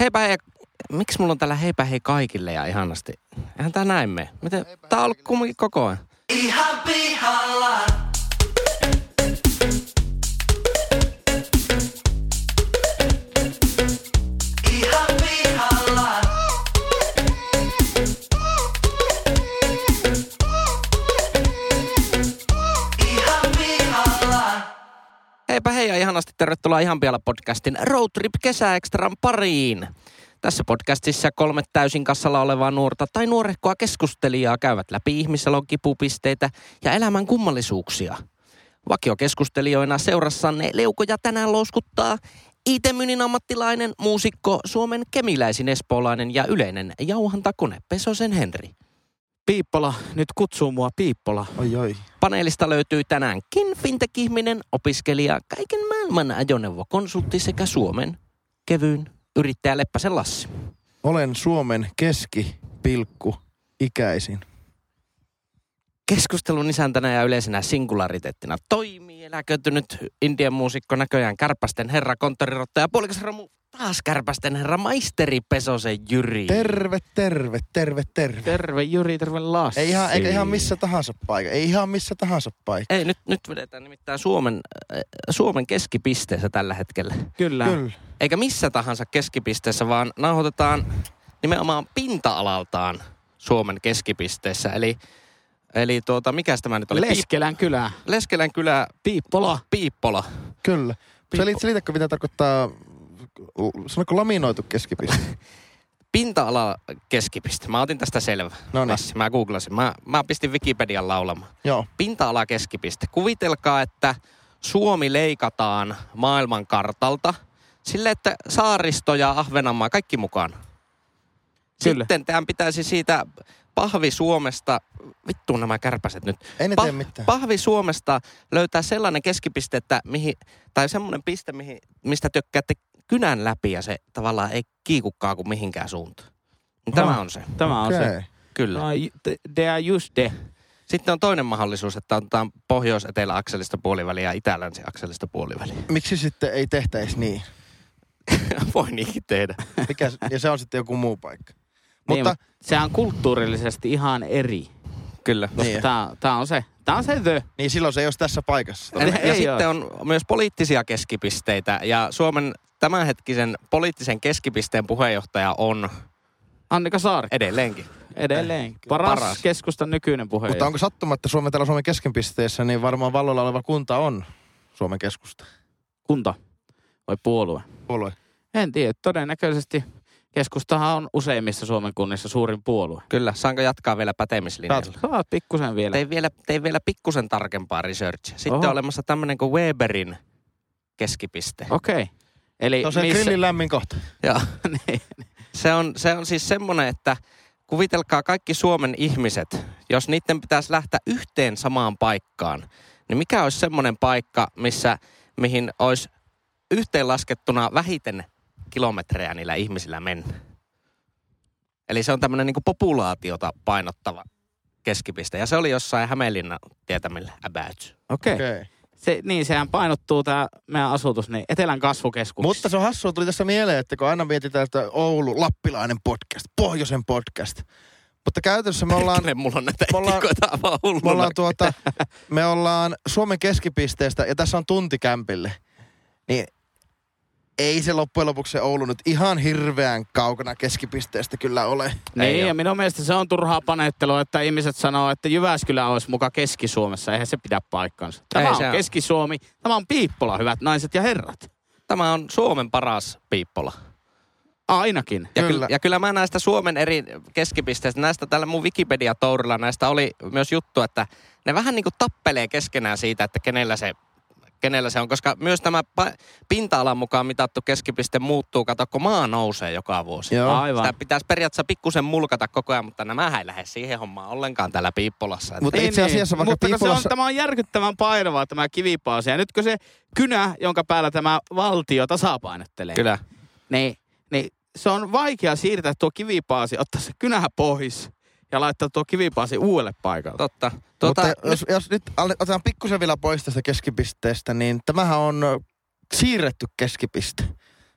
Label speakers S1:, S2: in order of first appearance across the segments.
S1: Heipä hei, miksi mulla on tällä heipä hei kaikille ja ihanasti? Eihän tää näin me. Miten, tää on ollut kumminkin koko ajan.
S2: Ihan pihalla. Ihan pihalla. Ihan pihalla.
S1: Heipä hei ja ihanasti tervetuloa Ihan Pialla podcastin Road Trip kesäekstran pariin. Tässä podcastissa kolme täysin kassalla olevaa nuorta tai nuorehkoa keskustelijaa käyvät läpi ihmisalon kipupisteitä ja elämän kummallisuuksia. Vakiokeskustelijoina seurassanne leukoja tänään louskuttaa IT-mynin ammattilainen, muusikko, Suomen kemiläisin espoolainen ja yleinen jauhantakone Pesosen Henri.
S3: Piippola, nyt kutsuu mua Piippola.
S4: Oi oi.
S1: Paneelista löytyy tänäänkin fintech-ihminen, opiskelija, kaiken maailman ajoneuvokonsultti sekä Suomen kevyyn yrittäjä Leppäsen Lassi.
S4: Olen Suomen keski pilkku ikäisin.
S1: Keskustelun isäntänä ja yleisenä singulariteettina toimii eläköitynyt indian muusikko näköjään kärpästen herra konttorirottaja puolikas ramu taas kärpästen herra maisteri Pesosen Jyri.
S3: Niin.
S4: Terve, terve, terve, terve.
S3: Terve Jyri, terve Lassi.
S4: Ei ihan, eikä
S3: niin.
S4: ihan missä tahansa paikka. Ei ihan missä tahansa paikka.
S1: Ei, nyt, nyt vedetään nimittäin Suomen, äh, Suomen keskipisteessä tällä hetkellä.
S3: Kyllä.
S4: Kyllä.
S1: eikä missä tahansa keskipisteessä, vaan nauhoitetaan nimenomaan pinta-alaltaan Suomen keskipisteessä. Eli, eli tuota, mikä tämä nyt oli? Piip-
S3: Leskelän kylä.
S1: Leskelän kylä
S3: Piippola.
S1: Piippola.
S4: Kyllä.
S1: Piippo.
S4: Selit, selitätkö mitä tarkoittaa, sanoko laminoitu keskipiste?
S1: Pinta-ala keskipiste. Mä otin tästä selvä.
S4: No niin.
S1: Lassi, Mä googlasin. Mä, mä pistin Wikipedian laulamaan.
S4: Joo.
S1: Pinta-ala keskipiste. Kuvitelkaa, että Suomi leikataan maailmankartalta sille, että saaristo ja Ahvenanmaa, kaikki mukaan.
S3: Kyllä.
S1: Sitten tämän pitäisi siitä pahvi Suomesta, vittu nämä kärpäset nyt.
S4: Ei ne tee mitään.
S1: Pahvi Suomesta löytää sellainen keskipiste, että mihin, tai semmoinen piste, mihin, mistä tökkäätte kynän läpi ja se tavallaan ei kiikukaan kuin mihinkään suuntaan. Niin Tämä
S3: Aha.
S1: on se,
S3: Tämä on se.
S4: Okei.
S1: kyllä.
S3: Ai, t- De are just de. Niin,
S1: Sitten on toinen mahdollisuus, että otetaan pohjois-etelä-akselista puoliväliä ja itä-länsi-akselista puoliväliä.
S4: Miksi sitten ei tehtäisi niin?
S1: Voi niinkin tehdä.
S4: Mikä, ja se on sitten joku muu paikka.
S3: Niin,
S4: Mutta
S3: mut se on kulttuurillisesti ihan eri.
S1: Kyllä.
S3: Koska
S4: Niin.
S3: tää, tää on se. Tää on se the.
S4: niin silloin se ei olisi tässä paikassa.
S1: Ja, ja
S3: Ei
S1: sitten on myös poliittisia keskipisteitä. Ja Suomen tämänhetkisen poliittisen keskipisteen puheenjohtaja on
S3: Annika Saari.
S1: edelleenkin.
S3: Edelleen. Paras,
S1: Paras.
S3: Paras. keskustan nykyinen puheenjohtaja.
S4: Mutta onko sattuma, että Suomen täällä Suomen keskenpisteessä, niin varmaan valloilla oleva kunta on Suomen keskusta.
S3: Kunta vai puolue?
S4: Puolue.
S3: En tiedä. Todennäköisesti keskustahan on useimmissa Suomen kunnissa suurin puolue.
S1: Kyllä, saanko jatkaa vielä pätemislinjalla?
S3: Saat pikkusen vielä.
S1: Tein vielä, tein vielä pikkusen tarkempaa researchia. Sitten
S3: Oho.
S1: on olemassa tämmöinen kuin Weberin keskipiste.
S3: Okei. Okay. Eli
S4: Se on se
S3: missä...
S4: grillin lämmin kohta.
S1: Ja
S3: niin.
S1: se, on, se on siis semmoinen, että kuvitelkaa kaikki Suomen ihmiset, jos niiden pitäisi lähteä yhteen samaan paikkaan, niin mikä olisi semmoinen paikka, missä, mihin olisi yhteenlaskettuna vähiten kilometrejä niillä ihmisillä mennä? Eli se on tämmöinen niin populaatiota painottava keskipiste. Ja se oli jossain Hämeenlinnan tietämillä about.
S3: Okei. Okay.
S4: Okei.
S3: Se, niin, sehän painottuu tämä meidän asutus, niin Etelän kasvukeskuksessa.
S4: Mutta se on hassua, tuli tässä mieleen, että kun aina mietitään, että Oulu, lappilainen podcast, pohjoisen podcast. Mutta käytännössä me ollaan,
S1: Perkele, mulla on näitä
S4: me ollaan-
S1: etikoita aivan
S4: me
S1: hulluna.
S4: ollaan, tuota, me ollaan Suomen keskipisteestä ja tässä on tunti kämpille. Niin ei se loppujen lopuksi se Oulu nyt ihan hirveän kaukana keskipisteestä kyllä ole.
S1: Ei
S3: niin,
S1: oo.
S3: ja minun mielestä se on turhaa panettelua, että ihmiset sanoo, että Jyväskylä olisi muka Keski-Suomessa. Eihän se pidä paikkaansa. Tämä
S1: Ei
S3: Ei, on
S1: se on.
S3: Keski-Suomi. Tämä on Piippola, hyvät naiset ja herrat.
S1: Tämä on Suomen paras piippola.
S3: Ainakin.
S1: Ja
S4: Kyllä.
S1: kyllä. ja kyllä mä näistä Suomen eri keskipisteistä, näistä täällä mun Wikipedia-tourilla, näistä oli myös juttu, että ne vähän niin kuin tappelee keskenään siitä, että kenellä se, kenellä se on. Koska myös tämä pa- pinta-alan mukaan mitattu keskipiste muuttuu, kato kun maa nousee joka vuosi.
S4: Joo.
S3: Aivan.
S1: Sitä pitäisi periaatteessa pikkusen mulkata koko ajan, mutta nämä ei lähde siihen hommaan ollenkaan täällä Piippolassa. Että-
S4: Mutta itse asiassa vaikka
S3: Niin, Mutta kun se on,
S4: Piipolassa-
S3: tämä on järkyttävän painavaa tämä kivipaasi. Ja nyt kun se kynä, jonka päällä tämä valtio tasapainottelee,
S1: Kyllä.
S3: niin, niin se on vaikea siirtää tuo kivipaasi, ottaa se kynä pois ja laittaa tuo kivipaasi uudelle paikalle.
S1: Totta.
S4: Tuota,
S1: Tuota,
S4: Mutta jos, jos nyt alle- otetaan pikkusen vielä pois tästä keskipisteestä, niin tämähän on ö, siirretty keskipiste.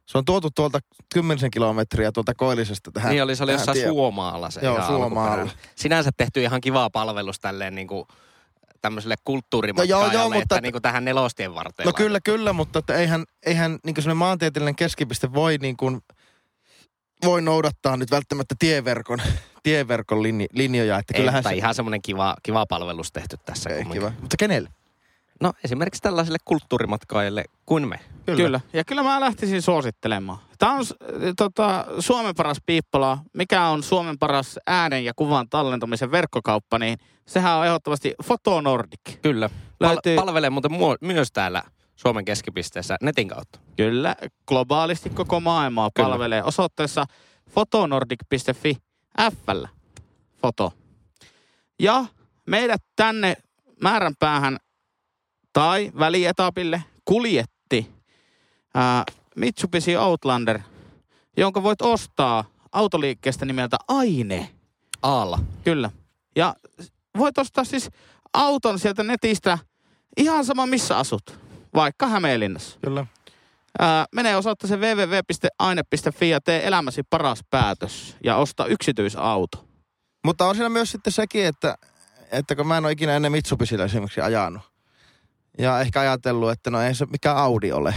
S4: Se on tuotu tuolta kymmenisen kilometriä tuolta koillisesta tähän.
S1: Niin oli, se oli
S4: tähän
S1: jossain
S4: tien-
S1: Suomaalla se
S4: Joo,
S1: ihan
S4: Suomaalla.
S1: alkuperäinen. Sinänsä tehty ihan kivaa palvelus tälleen niin kuin tämmöiselle kulttuurimatkaajalle,
S4: No joo, joo,
S1: että
S4: mutta-
S1: niin kuin tähän nelostien varteen.
S4: No kyllä, kyllä, mutta että eihän, eihän niin semmoinen maantieteellinen keskipiste voi, niin kuin, voi noudattaa nyt välttämättä tieverkon, tieverkon linj, linjoja. Että
S1: Ei,
S4: kyllähän
S1: mutta
S4: se,
S1: ihan semmoinen kiva, kiva palvelus tehty tässä
S4: ei,
S1: kumminkin.
S4: kiva. Mutta kenelle?
S1: No esimerkiksi tällaiselle kulttuurimatkaajille kuin me.
S3: Kyllä. kyllä. Ja kyllä mä lähtisin suosittelemaan. Tämä on s- tota, Suomen paras piippala, mikä on Suomen paras äänen ja kuvan tallentamisen verkkokauppa, niin sehän on ehdottomasti Fotonordic.
S1: Kyllä.
S3: Löytyy-
S1: Pal- palvelee muuten muo- myös täällä Suomen keskipisteessä netin kautta.
S3: Kyllä, globaalisti koko maailmaa
S1: Kyllä.
S3: palvelee osoitteessa fotonordic.fi F-llä. Foto. Ja meidät tänne määränpäähän tai välietapille kuljetti ää, Mitsubishi Outlander, jonka voit ostaa autoliikkeestä nimeltä Aine.
S1: Aalla.
S3: Kyllä. Ja voit ostaa siis auton sieltä netistä ihan sama missä asut, vaikka Hämeenlinnassa.
S4: Kyllä.
S3: Ää, mene osoitteeseen www.aine.fi ja tee elämäsi paras päätös ja osta yksityisauto.
S4: Mutta on siinä myös sitten sekin, että, että kun mä en ole ikinä ennen Mitsubisilla esimerkiksi ajanut. Ja ehkä ajatellut, että no ei se mikään Audi ole.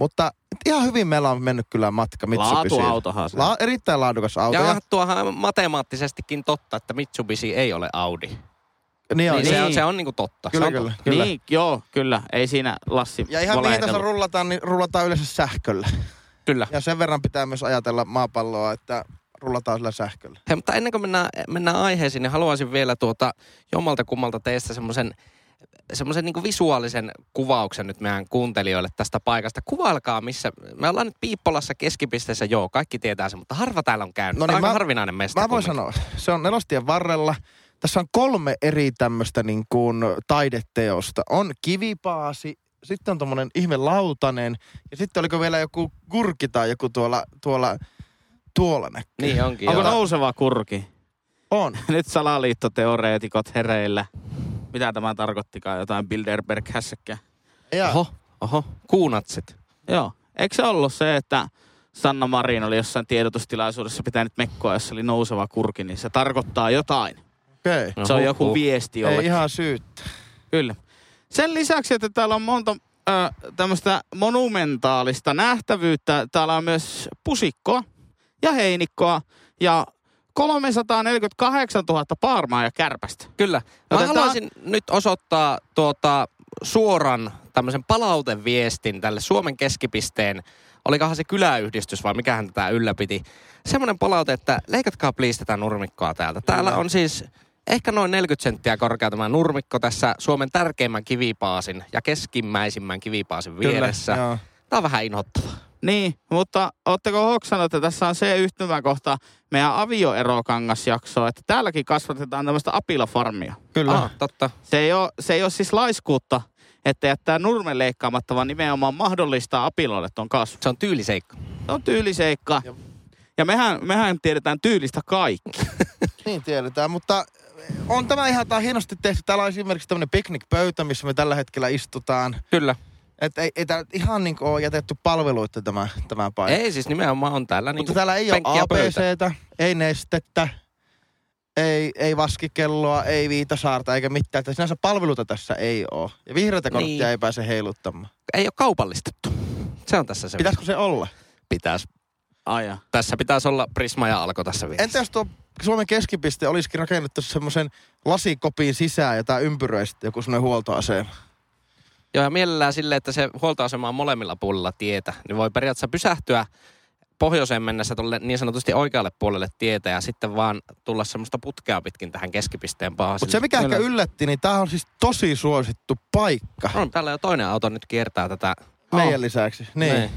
S4: Mutta ihan hyvin meillä on mennyt kyllä matka Mitsubisilla.
S3: Laatuautohan se.
S4: La- erittäin laadukas auto.
S1: Ja
S4: Ja,
S1: onhan tuohan on matemaattisestikin totta, että Mitsubishi ei ole Audi.
S4: niin
S1: Joo,
S4: on,
S1: niin,
S4: niin.
S1: Se, on,
S3: niin.
S1: se on niinku totta.
S4: Kyllä,
S1: se on
S4: kyllä,
S1: totta.
S4: kyllä.
S3: Niin, joo, kyllä. Ei siinä Lassi
S4: Ja ihan mihin tässä
S3: valehdellut.
S4: rullataan, niin rullataan yleensä sähköllä.
S1: kyllä.
S4: Ja sen verran pitää myös ajatella maapalloa, että rullataan sillä sähköllä.
S1: Hei, mutta ennen kuin mennään, mennään aiheeseen, niin haluaisin vielä tuota jommalta kummalta teistä semmoisen semmoisen niin visuaalisen kuvauksen nyt meidän kuuntelijoille tästä paikasta. Kuvailkaa, missä... Me ollaan nyt Piippolassa keskipisteessä, joo, kaikki tietää sen, mutta harva täällä on käynyt. No
S4: No niin,
S1: niin, aika
S4: mä-
S1: harvinainen mesta
S4: Mä voin
S1: kumminkin.
S4: sanoa, se on nelostien varrella. Tässä on kolme eri tämmöistä niin kuin taideteosta. On kivipaasi, sitten on tommonen ihme lautanen ja sitten oliko vielä joku kurki tai joku tuolla, tuolla, tuolla näkyy.
S1: Niin onkin,
S3: Onko
S1: joo.
S3: nouseva kurki?
S4: On.
S3: Nyt salaliittoteoreetikot hereillä. Mitä tämä tarkoittikaan? Jotain Bilderberg-hässäkkää.
S4: Ja,
S1: Oho, oho, kuunatsit.
S3: Joo. Eikö se ollut se, että Sanna Marin oli jossain tiedotustilaisuudessa pitänyt mekkoa, jossa oli nouseva kurki, niin se tarkoittaa jotain.
S4: okei. Okay.
S3: Se on
S1: Oho.
S3: joku viesti
S4: No Ei
S3: jollekin.
S4: ihan syyttä.
S3: Kyllä. Sen lisäksi, että täällä on monta ö, tämmöistä monumentaalista nähtävyyttä, täällä on myös pusikkoa ja heinikkoa ja 348 000 paarmaa ja kärpästä.
S1: Kyllä. Mä
S3: Otetaan-
S1: haluaisin nyt osoittaa tuota, suoran tämmöisen palauteviestin tälle Suomen keskipisteen, olikohan se kyläyhdistys vai mikähän tätä ylläpiti. Semmoinen palaute, että leikatkaa please tätä nurmikkoa täältä. Täällä on siis ehkä noin 40 senttiä korkea tämä nurmikko tässä Suomen tärkeimmän kivipaasin ja keskimmäisimmän kivipaasin vieressä.
S4: joo.
S1: Tämä on vähän inhottavaa.
S3: Niin, mutta ootteko hoksannut, että tässä on se yhtymäkohta meidän avioerokangasjaksoa, että täälläkin kasvatetaan tämmöistä apilafarmia.
S4: Kyllä.
S1: Ah, totta.
S3: Se ei, ole, se ei ole siis laiskuutta, että jättää nurmen leikkaamatta, vaan nimenomaan mahdollistaa apiloille ton kasvu.
S1: Se on tyyliseikka.
S3: Se on No, tyyliseikka. Ja mehän, mehän tiedetään tyylistä kaikki.
S4: Niin tiedetään, mutta on tämä ihan tää on hienosti tehty. Täällä on esimerkiksi tämmöinen piknikpöytä, missä me tällä hetkellä istutaan.
S1: Kyllä.
S4: Että ei, ei tää nyt ihan niin ole jätetty palveluita tämä, tämä paikka.
S1: Ei siis nimenomaan on täällä niin
S4: Mutta täällä ei ole ABCtä, ei nestettä, ei, ei vaskikelloa, ei viitasaarta eikä mitään. Että sinänsä palveluita tässä ei ole. Ja vihreätä korttia
S1: Niin.
S4: ei pääse heiluttamaan.
S1: Ei ole kaupallistettu. Se on tässä se.
S4: Pitäisikö se olla?
S1: pitäisi
S3: Aja.
S1: tässä pitäisi olla Prisma ja Alko tässä vielä.
S4: Entä jos tuo Suomen keskipiste olisikin rakennettu semmoisen lasikopin sisään jotain ympyröistä, joku semmoinen huoltoasema?
S1: Joo, ja mielellään sille, että se huoltoasema on molemmilla puolilla tietä, niin voi periaatteessa pysähtyä pohjoiseen mennessä tuolle niin sanotusti oikealle puolelle tietä ja sitten vaan tulla semmoista putkea pitkin tähän keskipisteen paasille.
S4: Mutta se mikä ehkä yllätti, niin tämähän on siis tosi suosittu paikka
S1: On, täällä jo toinen auto nyt kiertää tätä.
S4: meidän lisäksi. Niin.
S1: Niin.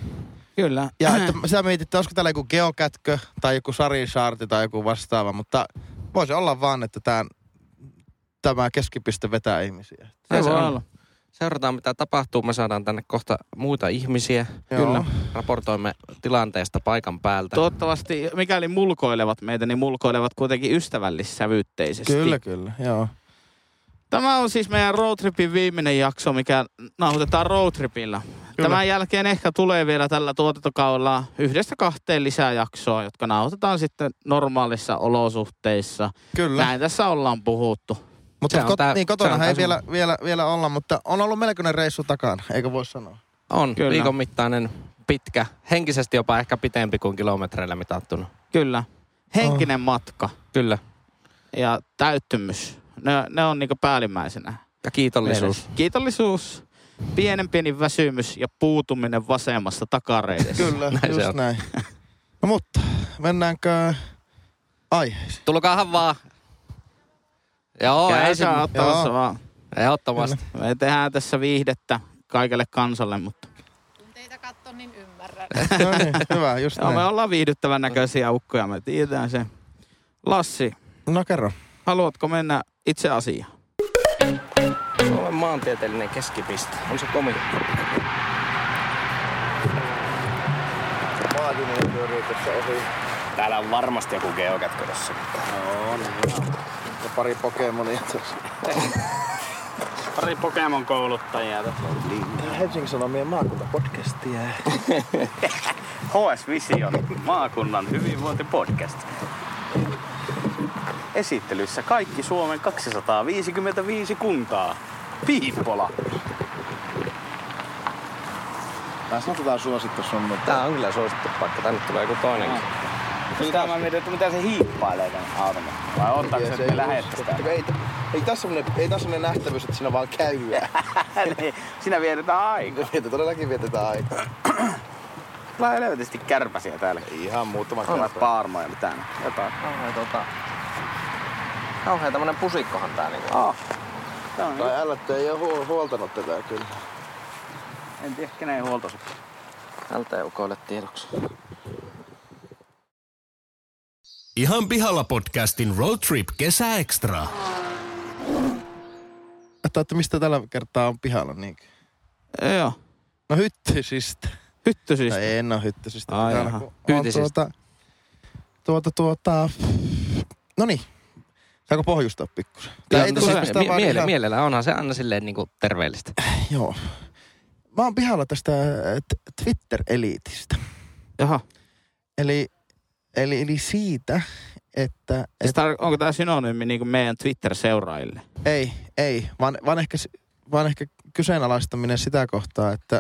S3: Kyllä.
S4: Ja että sitä mietit, että olisiko täällä joku geokätkö tai joku sarishaarti tai joku vastaava, mutta voisi olla vaan, että tämän, tämä keskipiste vetää ihmisiä.
S1: Näin
S3: se
S1: se
S3: voi
S1: on.
S3: olla.
S1: Seurataan mitä tapahtuu. Me saadaan tänne kohta muita ihmisiä.
S4: Kyllä.
S1: Raportoimme tilanteesta paikan päältä.
S3: Toivottavasti, mikäli mulkoilevat meitä, niin mulkoilevat kuitenkin ystävällissävytteisesti.
S4: Kyllä, kyllä, joo.
S3: Tämä on siis meidän roadtripin viimeinen jakso, mikä nauhoitetaan roadtripillä.
S4: Kyllä.
S3: Tämän jälkeen ehkä tulee vielä tällä tuotantokaudella yhdestä kahteen lisää jaksoa, jotka nauhoitetaan sitten normaalissa olosuhteissa.
S4: Kyllä.
S3: Näin tässä ollaan puhuttu.
S4: Mutta
S1: Se on
S4: kot,
S1: tää-
S4: niin
S1: se on
S4: kotona
S1: tää
S4: ei
S1: sun-
S4: vielä, vielä, vielä olla, mutta on ollut melkoinen reissu takana, eikö voi sanoa.
S1: On
S3: Kyllä.
S1: Kyllä. viikon mittainen pitkä, henkisesti jopa ehkä pitempi kuin kilometreillä mitattuna.
S3: Kyllä. Henkinen matka
S1: Kyllä.
S3: ja täyttymys, ne, ne on niinku päällimmäisenä.
S1: Ja kiitollisuus.
S3: Kiitollisuus, pienen pieni väsymys ja puutuminen vasemmasta takareidessa.
S4: Kyllä,
S1: Näin se
S4: just
S1: on.
S4: näin. No mutta, mennäänkö aiheeseen?
S1: Tulkaahan vaan. Joo, ei se.
S3: Käykää ottamassa
S4: Joo.
S3: vaan.
S1: Ehdottomasti.
S3: Me tehdään tässä viihdettä kaikelle kansalle, mutta
S5: Kun teitä katson, niin ymmärrän.
S4: No niin, hyvä, just
S3: Joo, me
S4: näin.
S3: ollaan viihdyttävän näköisiä ukkoja, me tiedetään se. Lassi,
S4: No kerro.
S3: haluatko mennä itse asiaan?
S1: Olen maantieteellinen keskipiste. On se komi.
S6: Täällä on varmasti joku geokätködessä.
S4: Ja pari Pokemonia tässä.
S6: Pari Pokemon kouluttajia.
S4: Helsingin Sanomien maakuntapodcastia.
S6: HS Vision, maakunnan hyvinvointipodcast. Esittelyssä kaikki Suomen 255 kuntaa. Piippola.
S4: Tässä on tätä suosittu sun
S1: Tää on kyllä suosittu paikka. Tänne tulee joku toinenkin.
S6: Mitä mä mietin, että mitä se hiippailee tämän auton? Vai ottaako se, että me lähettäis täällä?
S4: Ei, ei, tässä ei tässä ole nähtävyys, että siinä vaan käy.
S6: Niin, Sinä vietetään aikaa.
S4: Todellakin vietetään aikaa.
S6: Tulee helvetisti kärpäsiä täällä.
S4: Ihan muutama
S6: Onko paarmoja mitään? Jotain.
S1: Kauhean tota... Kauhean tämmönen pusikkohan tää niinku.
S6: Oh. Tää on
S4: Tai älä, ei ole huoltanut tätä kyllä.
S6: En tiedä, kenen huolta se.
S1: LT-ukoille tiedoksi.
S7: Ihan pihalla podcastin Road Trip Kesä Extra.
S4: Että, että mistä tällä kertaa on pihalla niin.
S3: Joo,
S4: No hyttysistä.
S3: hytty siis.
S4: Tai en ole hyttysistä.
S3: Ai
S4: Täällä
S3: jaha.
S4: kun on
S1: Hyytisistä.
S4: Tuota, tuota, tuota... No niin. Saako pohjustaa pikkusen?
S1: Joo,
S4: Tai ei
S1: no
S4: tässä
S1: siis
S4: mistään
S1: mie-
S4: vaan
S1: miele-
S4: ihan-
S1: Mielellä onhan se aina silleen niinku terveellistä.
S4: Joo. Mä oon pihalla tästä äh, t- Twitter-eliitistä.
S3: Jaha.
S4: Eli, eli, eli siitä, että...
S3: Siis tar- onko tämä synonyymi niin meidän Twitter-seuraajille?
S4: Ei, ei, vaan, vaan, ehkä, s- vaan ehkä kyseenalaistaminen sitä kohtaa, että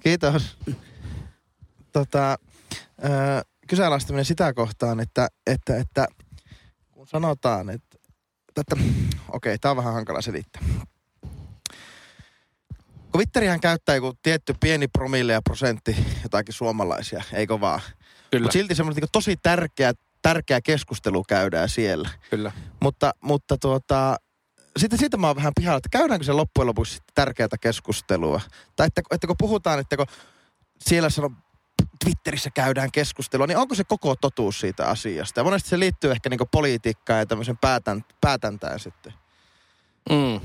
S4: kiitos. Tota, öö, kyseenalaistaminen sitä kohtaan, että, että, että kun sanotaan, että, että okei, tämä on vähän hankala selittää. Kun Twitterihän käyttää joku tietty pieni promille ja prosentti jotakin suomalaisia, eikö vaan?
S1: Kyllä.
S4: Mutta silti semmoinen niin tosi tärkeä, tärkeä keskustelu käydään siellä.
S1: Kyllä.
S4: Mutta, mutta tuota, sitten siitä mä oon vähän pihalla, että käydäänkö se loppujen lopuksi sitten tärkeää keskustelua? Tai että, että kun puhutaan, että kun siellä sano, Twitterissä käydään keskustelua, niin onko se koko totuus siitä asiasta? Ja monesti se liittyy ehkä niinku politiikkaan ja tämmöisen päätän, päätäntään sitten.
S1: Mm.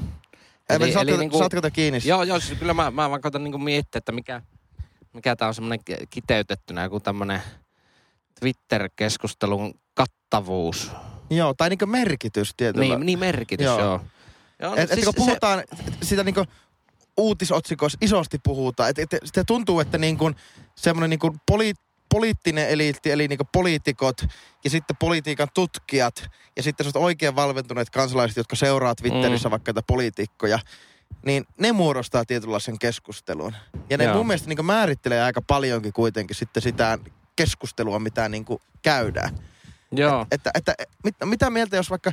S4: Eli, eli, saatte,
S1: niinku-
S4: niinku, saatteko te kiinni?
S1: Joo, joo, siis kyllä mä, mä vaan koitan niinku miettiä, että mikä, mikä tää on semmoinen kiteytettynä, joku tämmönen Twitter-keskustelun kattavuus.
S4: joo tai niinku merkitys tietyllä.
S1: Niin, niin merkitys,
S4: Joo.
S1: joo. joo. joo no
S4: Et, siis kun puhutaan se... sitä niinku uutisotsikoissa isosti puhutaan. Et, et, sitä tuntuu, että niinku semmoinen niinku poli, poliittinen eliitti, eli niinku poliitikot ja sitten politiikan tutkijat ja sitten semmoiset oikein valventuneet kansalaiset, jotka seuraa Twitterissä mm. vaikka näitä poliitikkoja, niin ne muodostaa tietynlaisen keskustelun. Ja ne
S1: Joo.
S4: Joo. mun mielestä niinku määrittelee aika paljonkin kuitenkin sitten sitä keskustelua, mitä niinku käydään.
S1: Joo.
S4: Että, että mit, mitä mieltä jos vaikka,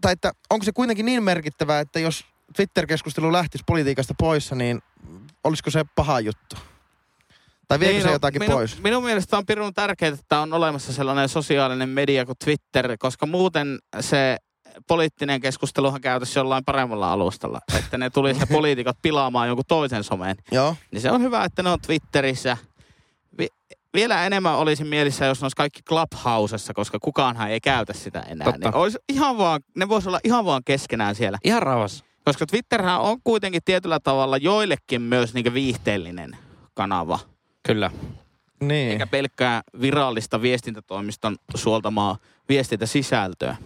S4: tai että onko se kuitenkin niin merkittävää, että jos Twitter-keskustelu lähtisi politiikasta pois, niin olisiko se paha juttu? Tai viekö
S3: Niin,
S4: niin, se
S3: no,
S4: jotakin
S3: minun,
S4: pois?
S3: Minun mielestä on pirun tärkeää, että on olemassa sellainen sosiaalinen media kuin Twitter, koska muuten se poliittinen keskusteluhan käytäisi jollain paremmalla alustalla. Että ne tulisi ne poliitikot pilaamaan jonkun toisen someen.
S4: Joo,
S3: Niin se on hyvä, että ne on Twitterissä. Vi- vielä enemmän olisin mielissä, jos ne olisi kaikki Clubhousessa, koska kukaanhan ei käytä sitä enää.
S1: Totta.
S3: Niin olisi ihan vaan, ne voisi olla ihan vaan keskenään siellä.
S1: Ihan rauhassa.
S3: Koska Twitterhän on kuitenkin tietyllä tavalla joillekin myös niinku viihteellinen kanava
S1: Kyllä.
S4: niin.
S3: eikä pelkkää virallista viestintätoimiston suoltamaa viestintäsisältöä.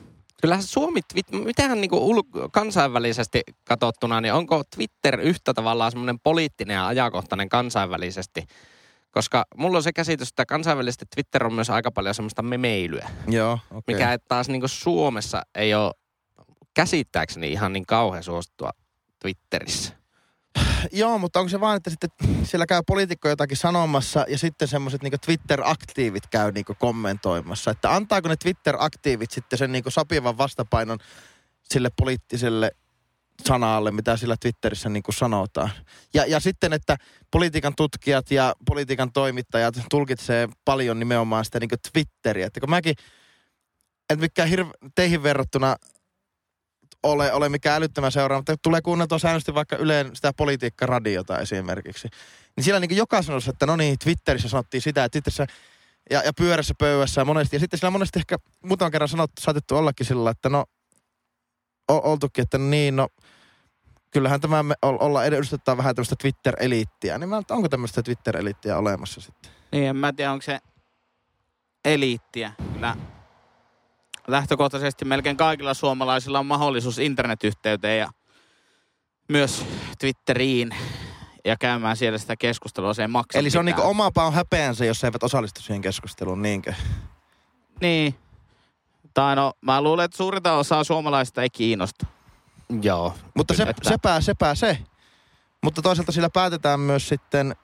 S1: Kyllähän Suomi, twit- mitähän niinku ul- kansainvälisesti katsottuna, niin onko Twitter yhtä tavallaan semmoinen poliittinen ja ajankohtainen kansainvälisesti? Koska mulla on se käsitys, että kansainvälisesti Twitter on myös aika paljon semmoista memeilyä,
S4: Joo, okei.
S1: mikä et taas niinku Suomessa ei ole käsittääkseni ihan niin kauhean suosittua Twitterissä.
S4: Joo, mutta onko se vaan, että sitten siellä käy poliitikko jotakin sanomassa ja sitten semmoiset niinku Twitter-aktiivit käy niinku kommentoimassa. Että antaako ne Twitter-aktiivit sitten sen niinku sopivan vastapainon sille poliittiselle sanalle, mitä sillä Twitterissä niinku sanotaan. Ja, ja sitten, että politiikan tutkijat ja politiikan toimittajat tulkitsee paljon nimenomaan sitä niinku Twitteriä. Että kun mäkin, en mikään hirve, teihin verrattuna ole, ole mikään älyttömän seuraa, mutta tulee kuunneltua säännöllisesti vaikka Ylen sitä politiikkaradiota esimerkiksi. Niin siellä niin joka sanossa, että no niin, Twitterissä sanottiin sitä, että Twitterissä ja, ja pyörässä pöydässä ja monesti. Ja sitten siellä monesti ehkä muutaman kerran sanottu, saatettu ollakin sillä, että no, o- oltukin, että niin, no, kyllähän tämä me o- olla edustettaa vähän tämmöistä Twitter-eliittiä. Niin mä, että onko tämmöistä Twitter-eliittiä olemassa sitten?
S3: Niin, en mä tiedä, onko se eliittiä. Kyllä lähtökohtaisesti melkein kaikilla suomalaisilla on mahdollisuus internetyhteyteen ja myös Twitteriin ja käymään siellä sitä keskustelua. Se ei maksa
S4: Eli se on
S3: mitään.
S4: niinku oma paon häpeänsä, jos he eivät osallistu siihen keskusteluun, niinkö?
S3: Niin. Tai no, mä luulen, että suurinta osaa suomalaista ei kiinnosta.
S1: Joo.
S4: Mutta se,
S1: Kyllä, että-
S4: sepää, sepää se. Mutta toisaalta sillä päätetään myös sitten,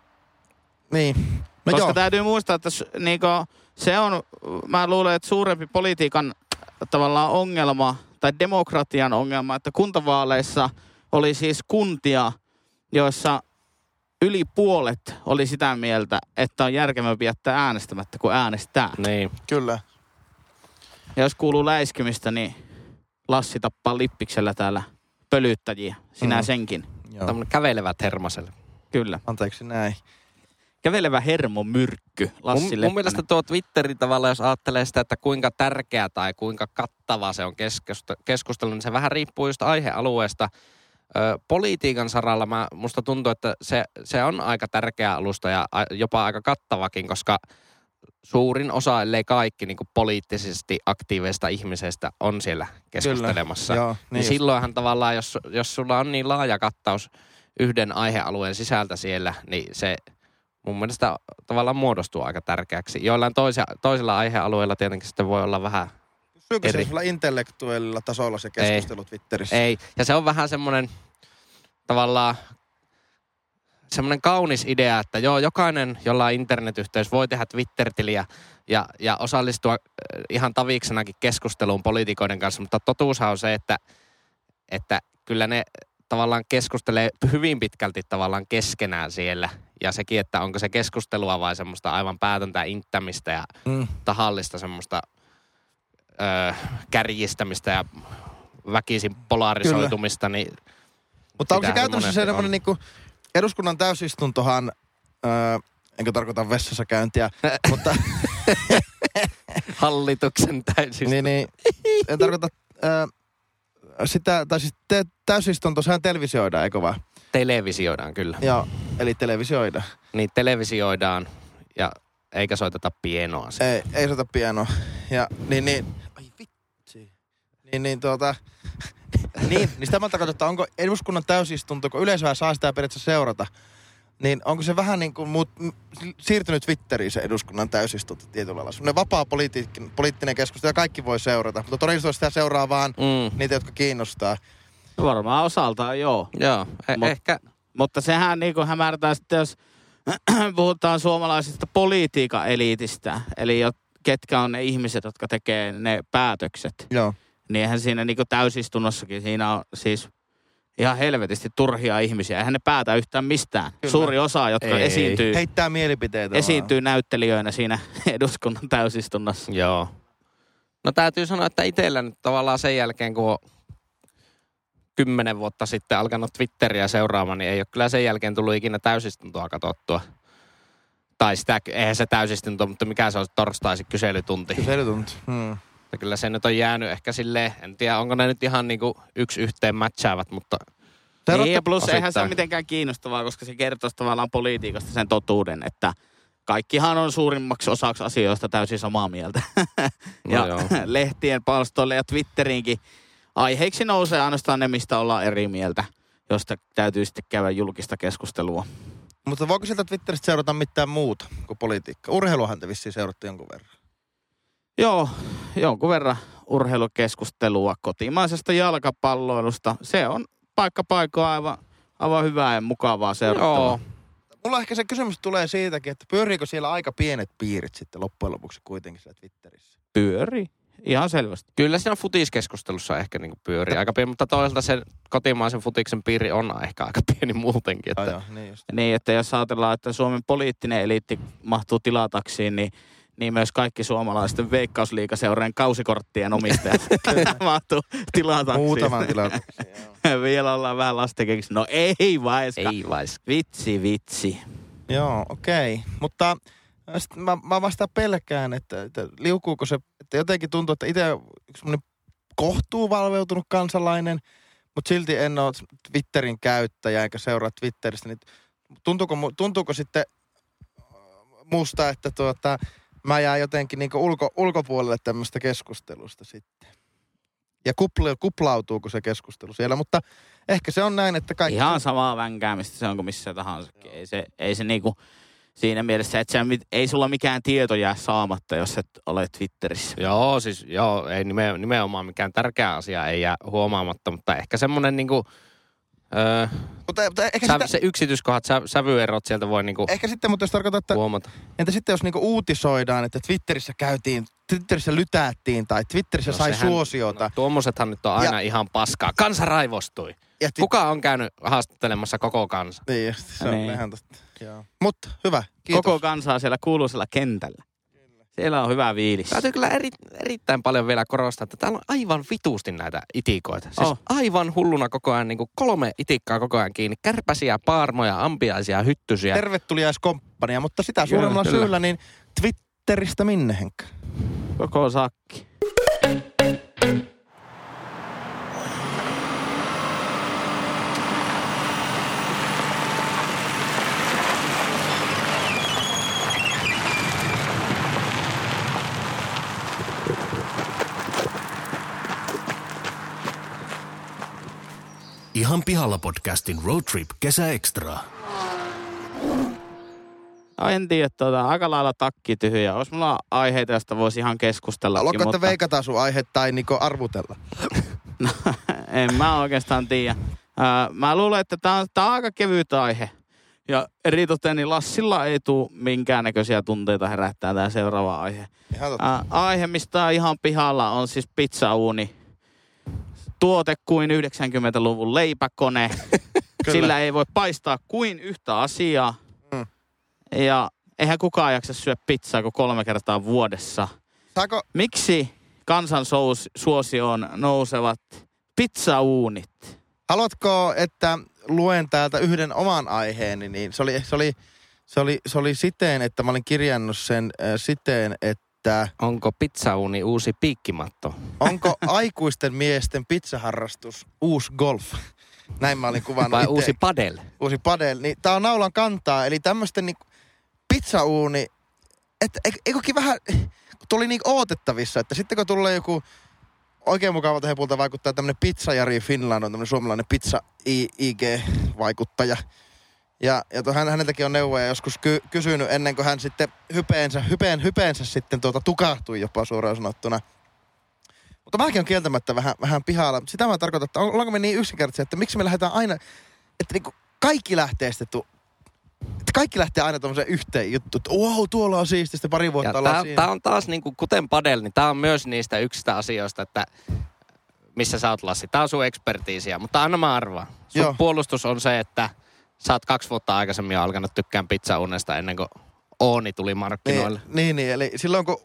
S4: niin. No
S3: No Koska
S4: joo,
S3: joo. täytyy muistaa, että s- niinku, se on, mä luulen, että suurempi politiikan äh, tavallaan ongelma tai demokratian ongelma, että kuntavaaleissa oli siis kuntia, joissa yli puolet oli sitä mieltä, että on järkevämpi jättää äänestämättä kuin äänestää.
S1: Niin.
S4: kyllä.
S3: Ja jos kuuluu läiskimistä, niin Lassi tappaa lippiksellä täällä pölyttäjiä. Sinä
S4: Mm.
S3: mm. senkin.
S4: Joo.
S1: Tämmöinen kävelevät hermaselle.
S3: Kyllä.
S4: Anteeksi näin.
S3: Kävelevä hermo myrkky Lassi
S1: mun, mun
S3: Leppänen.
S1: mielestä tuo Twitteri tavallaan, jos ajattelee sitä, että kuinka tärkeä tai kuinka kattava se on keskust- keskustelu, niin se vähän riippuu just aihealueesta. Ö, politiikan saralla mä, musta tuntuu, että se, se on aika tärkeä alusta ja a, jopa aika kattavakin, koska suurin osa, ellei kaikki niin kuin poliittisesti aktiiveista ihmisistä on siellä keskustelemassa.
S4: Joo,
S1: Niin,
S4: just.
S1: niin silloinhan tavallaan, jos, jos sulla on niin laaja kattaus yhden aihealueen sisältä siellä, niin se mun mielestä tavallaan muodostuu aika tärkeäksi. Joillain toisia, toisilla aihealueilla tietenkin sitten voi olla vähän
S4: Pysyykö se
S1: eri.
S4: sulla intellektuellilla tasolla se keskustelu Twitterissä?
S1: ei. Ja se on vähän semmoinen tavallaan semmoinen kaunis idea, että joo, jokainen, jolla on internetyhteys, voi tehdä Twitter-tiliä ja, ja osallistua äh, ihan taviksenakin keskusteluun poliitikoiden kanssa, mutta totuushan on se, että, että kyllä ne tavallaan keskustelee hyvin pitkälti tavallaan keskenään siellä. Ja sekin, että onko se keskustelua vai semmoista aivan päätöntä inttämistä ja
S4: Mm.
S1: tahallista semmoista ö, kärjistämistä ja väkisin polarisoitumista, Kyllä. niin
S4: Mutta onko se
S1: Sitähän se
S4: käytännössä
S1: monesti
S4: semmoinen
S1: on.
S4: niinku, eduskunnan täysistuntohan, öö, enkö tarkoita vessassa käyntiä, mutta
S1: hallituksen täysin. Niin.
S4: niin, niin, en tarkoita öö, sitä, tai siis te, täysistunto, sehän televisioidaan, eikö vaan?
S1: Televisioidaan kyllä.
S4: Joo, eli televisioidaan.
S1: Niin televisioidaan ja eikä soiteta pienoa. Se.
S4: Ei, ei soita pianoa. Ja niin, niin. Ai vitsi. Niin, niin tuota. niin, niin sitä mä tarkoitan, että onko eduskunnan täysistunto, kun yleisöä saa sitä periaatteessa seurata, niin onko se vähän niin kuin muut, m- siirtynyt Twitteriin se eduskunnan täysistunto tietyllä lailla? Semmoinen vapaa poliittinen, poliittinen keskustelu, ja kaikki voi seurata, mutta todennäköisesti sitä seuraa vaan
S1: Mm.
S4: niitä, jotka kiinnostaa.
S3: Varmaan osaltaan joo.
S1: Joo, e-
S3: Mut-
S1: ehkä
S3: Mutta sehän niin kuin hämärtää sitten, jos puhutaan suomalaisesta politiikan eliitistä, eli jo, ketkä on ne ihmiset, jotka tekee ne päätökset.
S4: Joo.
S3: Niin eihän siinä niin kuin täysistunnossakin, siinä on siis ihan helvetisti turhia ihmisiä. Eihän ne päätä yhtään mistään.
S4: Kyllä.
S3: Kyllä. Suuri osa, jotka
S1: Ei.
S3: Ei. esiintyy, Hei,
S4: Heittää mielipiteitä vaan.
S3: esiintyy näyttelijöinä siinä eduskunnan täysistunnossa.
S1: Joo. No täytyy sanoa, että itsellä nyt tavallaan sen jälkeen, kun on kymmenen vuotta sitten alkanut Twitteriä seuraamaan, niin ei ole kyllä sen jälkeen tullut ikinä täysistuntoa katsottua. Tai sitä, eihän se täysistunto, mutta mikä se on se torstaisi kyselytunti.
S4: Kyselytunti. Hmm.
S1: Että kyllä se nyt on jäänyt ehkä silleen, en tiedä onko ne nyt ihan niinku yksi yhteen matchaavat, mutta
S3: Niin, ja plus eihän se
S1: osittain.
S3: ole mitenkään kiinnostavaa, koska se kertoo tavallaan politiikasta sen totuuden, että kaikkihan on suurimmaksi osaksi asioista täysin samaa mieltä.
S1: No
S3: ja
S1: joo.
S3: lehtien palstoille ja Twitteriinkin aiheiksi nousee ainoastaan ne, mistä ollaan eri mieltä, josta täytyy sitten käydä julkista keskustelua.
S4: Mutta voiko sieltä Twitteristä seurata mitään muuta kuin politiikka? Urheiluhan te vissiin seuraatte jonkun verran.
S3: Joo, jonkun verran urheilukeskustelua kotimaisesta jalkapalloilusta. Se on paikka paikkaa aivan, aivan hyvää ja mukavaa seurattavaa.
S1: Joo.
S4: Mulla ehkä se kysymys tulee siitäkin, että pyöriikö siellä aika pienet piirit sitten loppujen lopuksi kuitenkin siellä Twitterissä?
S3: Pyöri. Ihan selvästi.
S1: Kyllä siinä futiskeskustelussa ehkä niin pyörii aika pieni, mutta toisaalta se kotimaisen futiksen piiri on ehkä aika pieni muutenkin.
S4: Ai
S1: Että
S4: joo, niin just.
S3: Niin, että jos ajatellaan, että Suomen poliittinen eliitti mahtuu tilataksiin, niin, niin myös kaikki suomalaisten veikkausliikaseurojen kausikorttien omistajat mahtuu tilataksiin.
S4: Muutaman tilanteen.
S3: Vielä ollaan vähän lastenkekiksi. No ei vaiska.
S1: ei vais.
S3: Vitsi, vitsi.
S4: Joo, okei. Okay. Mutta äh, sit mä, mä vasta pelkään, että, että liukuuko se, että jotenkin tuntuu, että itse on yksi semmoinen kohtuuvalveutunut kansalainen, mutta silti en ole Twitterin käyttäjä enkä seuraa Twitteristä, niin tuntuuko, mu- tuntuuko sitten äh, musta, että tuota, mä jään jotenkin niin ulko, ulkopuolelle tämmöistä keskustelusta sitten? Ja kupla, kuplautuuko se keskustelu siellä, mutta ehkä se on näin, että kaikki...
S3: Ihan samaa vänkäämistä se on kuin missä tahansa. Ei se, ei se niinku siinä mielessä, että sä, mit- ei sulla mikään tieto jää saamatta, jos et ole Twitterissä.
S1: Joo, siis joo, ei nime- nimenomaan mikään tärkeä asia ei jää huomaamatta, mutta ehkä semmoinen niinku, öö,
S4: Mutta, mutta ehkä,
S1: sä,
S4: sitä,
S1: se yksityiskohdat, sä, sävyerot sieltä voi niinku
S4: ehkä sitten, mutta jos tarkoitat, että
S1: huomata.
S4: Entä sitten jos niinku uutisoidaan, että Twitterissä käytiin, Twitterissä lytättiin tai Twitterissä no, sai
S1: sehän-
S4: suosiota.
S1: No, tuommoisethan nyt on aina
S4: Ja-
S1: ihan paskaa. Kansa raivostui.
S4: ja ti-
S1: Kuka on käynyt haastattelemassa koko kansa?
S4: Niin just, se on
S3: Niin.
S4: niin. ihan totta. Joo. Mutta hyvä, kiitos.
S3: Koko kansaa siellä kuuluisella kentällä. Siellä on hyvä viilis.
S1: Täytyy kyllä eri, erittäin paljon vielä korostaa, että täällä on aivan vituusti näitä itikoita. Siis
S3: Oh.
S1: aivan hulluna koko ajan, niin kuin kolme itikkaa koko ajan kiinni. Kärpäsiä, paarmoja, ampiaisia, hyttysiä.
S4: Tervetuliaiskomppania, mutta sitä suuremmalla
S1: kyllä.
S4: syyllä niin Twitteristä minne Henkka?
S3: Koko sakki.
S7: Ihan pihalla podcastin Road Trip kesäekstraa.
S3: No, en tiedä, tuota, aika lailla takki tyhjä. Olisi mulla aiheita, joista voisi ihan keskustella.
S4: Haluatko, että veikataan sun aihe tai niinku arvutella?
S3: en mä oikeastaan tiedä. Ää, mä luulen, että tää on, tää on aika kevyt aihe. Ja eritoten niin Lassilla ei tule minkäännäköisiä tunteita herättää tämä seuraava aihe.
S4: Ihan totta.
S3: Ää, aihe, mistä on ihan pihalla, on siis pizzauuni. Tuote kuin 90-luvun leipäkone. Sillä ei voi paistaa kuin yhtä asiaa.
S4: Mm.
S3: Ja eihän kukaan jaksa syödä pizzaa kuin kolme kertaa vuodessa.
S4: Saako,
S3: Miksi kansan sous- suosioon nousevat pizzauunit?
S4: haluatko, että luen täältä yhden oman aiheeni, niin se oli, se oli, se oli, se oli siten, että mä olin kirjannut sen äh, siten, että
S1: Onko pizzauni uusi piikkimatto?
S4: Onko aikuisten miesten pizzaharrastus uusi golf? Näin mä olin kuvannut
S1: Vai
S4: ite.
S1: uusi padel?
S4: uusi padel. Niin, tää on naulan kantaa, eli tämmösten niinku pizzauuni, että eik- eikökin vähän, kun tuli niinku ootettavissa, että sitten kun tulee joku oikein mukavalta hepulta vaikuttaa tämmönen pizzajari Finland, on tämmönen suomalainen pizza I- IG-vaikuttaja. Ja, ja to, hän, häneltäkin on neuvoja joskus ky- kysynyt ennen kuin hän sitten hypeensä, hypeen, hypeensä sitten tuota tukahtui jopa suoraan sanottuna. Mutta mäkin on kieltämättä vähän, vähän pihalla. Sitä mä tarkoitan, että on- ollaanko me niin yksinkertaisia, että miksi me lähdetään aina, että niinku kaikki lähtee sitten tu- että kaikki lähtee aina tuommoiseen yhteen juttuun, että wow, tuolla on siistiä, sitten pari vuotta ollaan siinä.
S1: Tämä on taas, niin kuin, kuten padel, niin tämä on myös niistä yksistä asioista, että missä sä oot Lassi. Tämä on sun ekspertiisiä, mutta anna mä arvaa. Sun
S4: Joo.
S1: puolustus on se, että sä oot kaksi vuotta aikaisemmin jo alkanut tykkään pizzaunesta ennen kuin Ooni tuli markkinoille.
S4: niin, niin, niin, eli silloin kun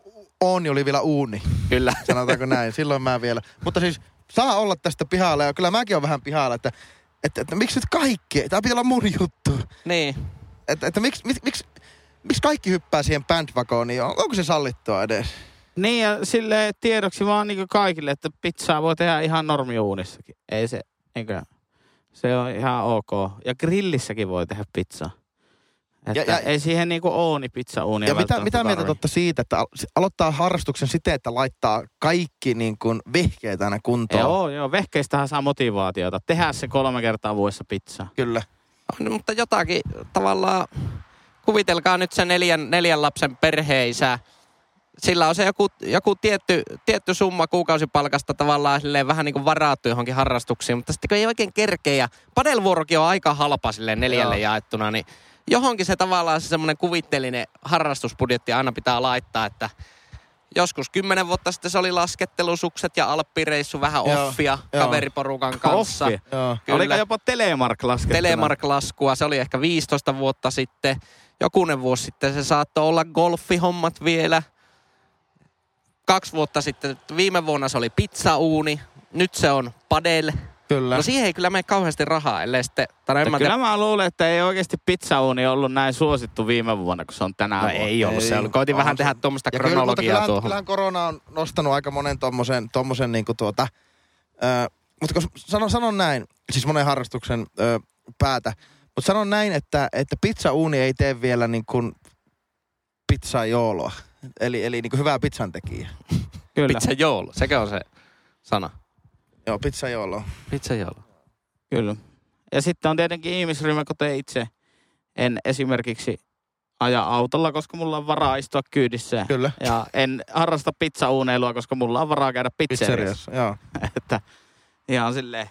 S4: Ooni oli vielä uuni,
S1: Kyllä.
S4: sanotaanko näin, silloin mä vielä. Mutta siis saa olla tästä pihalla ja kyllä mäkin olen vähän pihalla, että, että, että miksi nyt kaikki, tämä pitää olla mun juttu.
S1: Niin.
S4: Että, että miksi, miksi, miksi, miksi kaikki hyppää siihen bandwagoniin, on, onko se sallittua edes?
S3: Niin ja sille tiedoksi vaan niin kaikille, että pizzaa voi tehdä ihan normiuunissakin. Ei se, niin se on ihan ok. Ja grillissäkin voi tehdä pizzaa. Että ja,
S4: ja-
S3: ja, ei siihen niinku ooni pizzauunia
S4: Ja mitä,
S3: välttämättä
S4: mitä mieltä
S3: tarvii.
S4: olette siitä, että al- si- aloittaa harrastuksen siten, että laittaa kaikki niin kuin vihkeet aina kuntoon?
S3: Joo, joo. Vehkeistähän saa motivaatiota. Tehdään se kolme kertaa vuodessa pizza.
S4: Kyllä.
S1: On, mutta jotakin tavallaan, kuvitelkaa nyt se neljän, neljän lapsen perheisä. Sillä on se joku, joku tietty, tietty summa kuukausipalkasta tavallaan silleen vähän niin kuin varattu johonkin harrastuksiin, mutta sitten kun ei oikein kerkeä, ja padelvuorokin on aika halpa sille neljälle
S4: Joo.
S1: jaettuna, niin johonkin se tavallaan se semmoinen kuvitteellinen harrastusbudjetti aina pitää laittaa, että joskus kymmenen vuotta sitten se oli laskettelusukset ja alppireissu vähän
S4: Joo,
S1: offia
S4: joo.
S1: kaveriporukan kanssa.
S3: Offia?
S4: Joo.
S1: Kyllä.
S3: Oliko jopa Telemark laskettuna?
S1: Telemark-laskua, se oli ehkä 15 vuotta sitten. Jokunen vuosi sitten se saattoi olla golfihommat vielä. Kaksi vuotta sitten, viime vuonna se oli pizzauuni, nyt se on padel.
S4: Kyllä.
S1: No siihen ei kyllä mene kauheasti rahaa, ellei sitten... Tai no en
S3: Mutta
S1: mä
S3: Kyllä
S1: tiedä,
S3: mä luulen, että ei oikeasti pizzauuni ollut näin suosittu viime vuonna, kun se on tänään
S1: no
S3: vuonna.
S1: ei ollut, se
S4: Ei.
S1: oli. Koitin
S4: On
S1: vähän
S4: se-
S1: tehdä tuommoista
S4: Ja kyllä, mutta
S1: kronologiaa
S4: kyllähän,
S1: tuohon.
S4: kyllähän korona on nostanut aika monen tommosen, tommosen niinku tuota, ö, mutta kun sanon, sanon näin, siis monen harrastuksen ö, päätä, mutta sanon näin, että, että pizzauuni ei tee vielä niin kuin pizzaa jooloa. Eli, eli niin kuin hyvää pizzan tekijä.
S3: Kyllä,
S1: Pizza joulu, sekö on se sana?
S4: Joo, pizza jooloa.
S1: Pizza joulu.
S3: kyllä. Ja sitten on tietenkin ihmisryhmä, kuten itse. En esimerkiksi aja autolla, koska mulla on varaa istua kyydissä.
S4: Kyllä.
S3: Ja en harrasta pizzauuneilua, koska mulla on varaa käydä pizzeriassa.
S4: Pizzeriassa, joo.
S3: Että ihan silleen.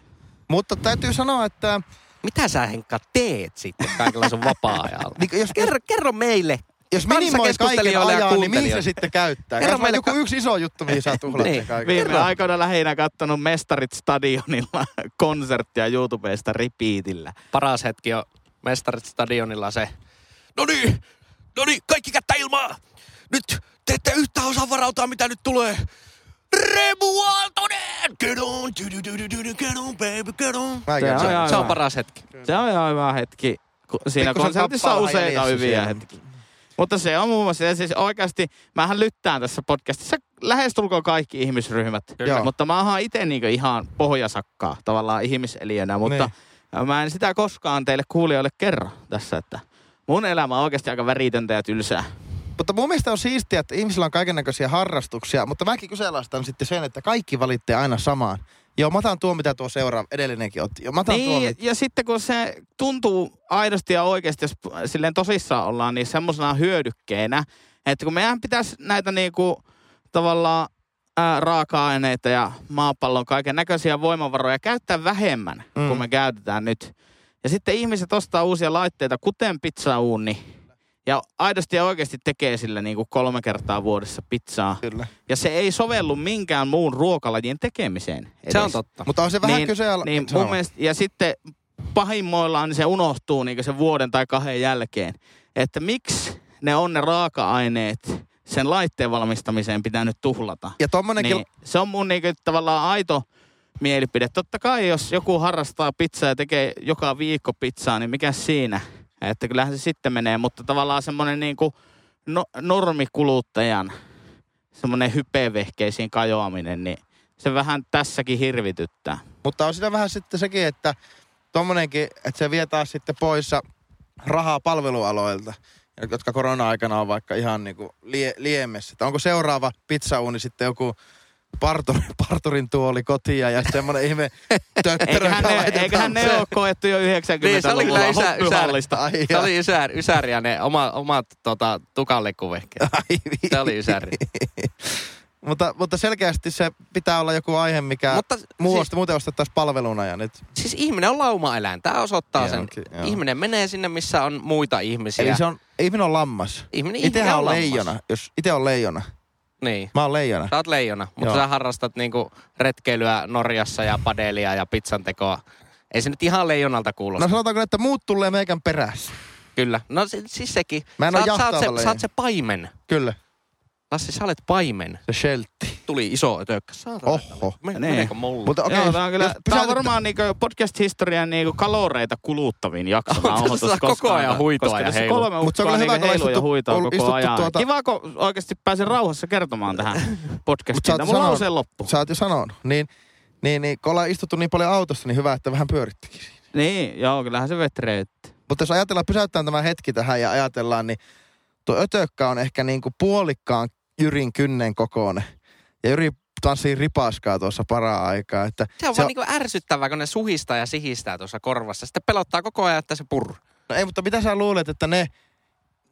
S4: Mutta täytyy sanoa, että
S1: Mitä sä Henkka teet sitten kaikilla sun vapaa-ajalla?
S4: Niin, jos-
S1: kerro, kerro meille.
S4: jos minimoi kaiken
S1: Kanssakeskustelijoille ja
S4: ajan, niin mihin se
S1: kuuntelijoille.
S4: sitten käyttää?
S1: Kerro
S4: Jos on
S1: meille
S4: joku
S1: ka-
S4: yksi iso juttu, mihin sä tuhlat
S1: Niin.
S4: sen kaiken.
S3: Viime aikoina lähinnä kattonut Mestarit stadionilla konserttia YouTubeesta repeatillä.
S1: paras hetki on Mestarit stadionilla se, no niin, no niin, kaikki kättä ilmaa. Nyt te ette yhtään osaa varautaa, mitä nyt tulee. Remu Aaltonen! Get on, du- du- du- du- du- du- get on, baby, get on.
S4: Mä en
S3: Se on
S4: kerro.
S3: ihan
S1: Se on
S3: hyvä.
S1: paras hetki.
S3: Se on ihan hyvä hetki. Ku- Siinä
S4: Pikkusen
S3: konsertissa on
S4: kappaa vähän
S3: useita
S4: jäljessä
S3: hyviä
S4: siellä.
S3: hetkiä. Mutta se on muun muassa, ja siis oikeasti, mähän lyttään tässä podcastissa lähestulkoon kaikki ihmisryhmät.
S4: Kyllä.
S3: Mutta mä oon itse niinku ihan pohjasakkaa tavallaan ihmiseliönä, mutta
S4: Niin.
S3: mä en sitä koskaan teille kuulijoille kerro tässä, että mun elämä on oikeasti aika väritöntä ja tylsää.
S4: Mutta mun mielestä on siistiä, että ihmisillä on kaikennäköisiä harrastuksia, mutta mäkin kyseenalaistan sitten sen, että kaikki valitte aina samaan. Joo, mä otan tuon, mitä tuo seuraa edellinenkin otti. Joo, mä otan tuon.
S3: Niin,
S4: mit-
S3: ja sitten kun se tuntuu aidosti ja oikeasti, jos p- silleen tosissaan ollaan, niin semmoisena hyödykkeenä, että kun meidän pitäisi näitä niinku tavallaan ää, raaka-aineita ja maapallon kaiken näköisiä voimavaroja käyttää vähemmän mm. kuin me käytetään nyt. Ja sitten ihmiset ostaa uusia laitteita, kuten pizzauuni. Ja aidosti ja oikeasti tekee sillä niinku kolme kertaa vuodessa pizzaa.
S4: Kyllä.
S3: Ja se ei sovellu minkään muun ruokalajien tekemiseen.
S1: Se on
S3: edes.
S1: totta.
S4: Mutta on se vähän
S3: Niin-
S4: kyseenala-
S3: Niin
S4: sano.
S3: mun mielestä, ja sitten pahimmoillaan niin se unohtuu niin sen vuoden tai kahden jälkeen, että miksi ne on ne raaka-aineet sen laitteen valmistamiseen pitänyt tuhlata.
S4: Ja tommonenkin,
S3: Niin,
S4: niin.
S3: se on mun niin tavallaan aito mielipide. Totta kai jos joku harrastaa pizzaa ja tekee joka viikko pizzaa, niin mikä siinä? Että kyllähän se sitten menee, mutta tavallaan semmoinen niin kuin no, normikuluttajan semmoinen hypevehkeisiin kajoaminen, niin se vähän tässäkin hirvityttää.
S4: mutta on siinä vähän sitten sekin, että tommonenkin, että se vie taas sitten poissa rahaa palvelualoilta, jotka korona-aikana on vaikka ihan niin kuin lie- liemessä. Että onko seuraava pizzauuni sitten joku parturin, parturin tuoli kotia ja semmoinen ihme tötterö.
S3: Eiköhän
S4: joka
S3: ne,
S4: laitetaan-
S3: eiköhän ne ole koettu jo 90-luvulla
S1: Niin, se oli kyllä isä,
S3: hoppihallista.
S1: isär, se
S4: Ai joo.
S1: oli isär, isär ja ne oma, omat tota, tukallekuvehkeet.
S4: Ai
S1: Se oli isäri.
S4: Mutta, mutta selkeästi se pitää olla joku aihe, mikä
S1: Mutta
S4: mutta, muusta,
S1: siis-
S4: siis... muuten ostettaisiin palveluna ja nyt.
S1: Siis ihminen on laumaeläin. Tämä osoittaa
S4: Joo,
S1: sen.
S4: okei, joo.
S1: Ihminen menee sinne, missä on muita ihmisiä.
S4: Siellä. Eli se on, ihminen on lammas.
S1: Ihminen- ihminen
S4: Itehän
S1: on
S4: on
S1: lammas.
S4: leijona, jos ite on leijona.
S1: Niin.
S4: Mä oon leijona.
S1: Sä oot leijona, mutta
S4: Joo.
S1: sä harrastat niinku retkeilyä Norjassa ja padelia ja pizzantekoa. Ei se nyt ihan leijonalta kuulosta.
S4: No
S1: No,
S4: sanotaanko, että muut tulee meikän perässä.
S1: Kyllä. No si- siis sekin.
S4: Mä en
S1: sä,
S4: oo
S1: oot, sä, oot
S4: jahtaava
S1: se,
S4: leijona.
S1: sä oot se paimen.
S4: Kyllä,
S1: Lassi, sä olet paimen.
S4: se sheltti.
S1: Tuli iso tökkä. Saatana.
S4: Oho.
S1: Men,
S3: Niin.
S1: meneekö mulla?
S4: Oh. Mutta okei,
S3: Joo, tämä on,
S4: jos
S3: kyllä, tämä on
S4: pysäytettä-
S3: varmaan niinku podcast-historian niinku kaloreita kuluttavin jakso.
S1: On tässä
S3: nauhoitus
S1: koko
S3: koskaan,
S1: ajan huitoa
S3: koska
S1: ja
S3: tässä
S1: heilua.
S3: kolme
S4: Mut se on
S3: ukkoa
S4: kyllä hyvä,
S3: niinku
S4: kun
S3: heiluu ja
S4: istuttu-
S3: huitoa
S4: on
S3: koko
S4: istuttu
S3: ajan.
S4: tuota-
S3: Kiva, kun oikeasti pääsen rauhassa kertomaan tähän
S4: Mut sä
S3: podcastiin.
S4: oot
S3: Tämä
S4: jo
S3: mulla on
S4: sanonut-
S3: se loppu.
S4: Sä oot jo sanonut. Niin, niin, niin kun ollaan istuttu niin paljon autossa, niin hyvä, että vähän pyörittikin.
S3: Niin, joo, kyllähän se vetreytti.
S4: Mutta jos ajatellaan, pysäytetään tämä hetki tähän ja ajatellaan, niin tuo ötökkä on ehkä niin kuin puolikkaan Jyrin kynnen kokoinen. Ja Jyri tanssii ripaskaa tuossa para-aikaa. Että
S1: Se on se vaan on... Niin ärsyttävää, kun ne suhistaa ja sihistää tuossa korvassa. Sitten pelottaa koko ajan, että se purr.
S4: No ei, mutta mitä sä luulet, että ne,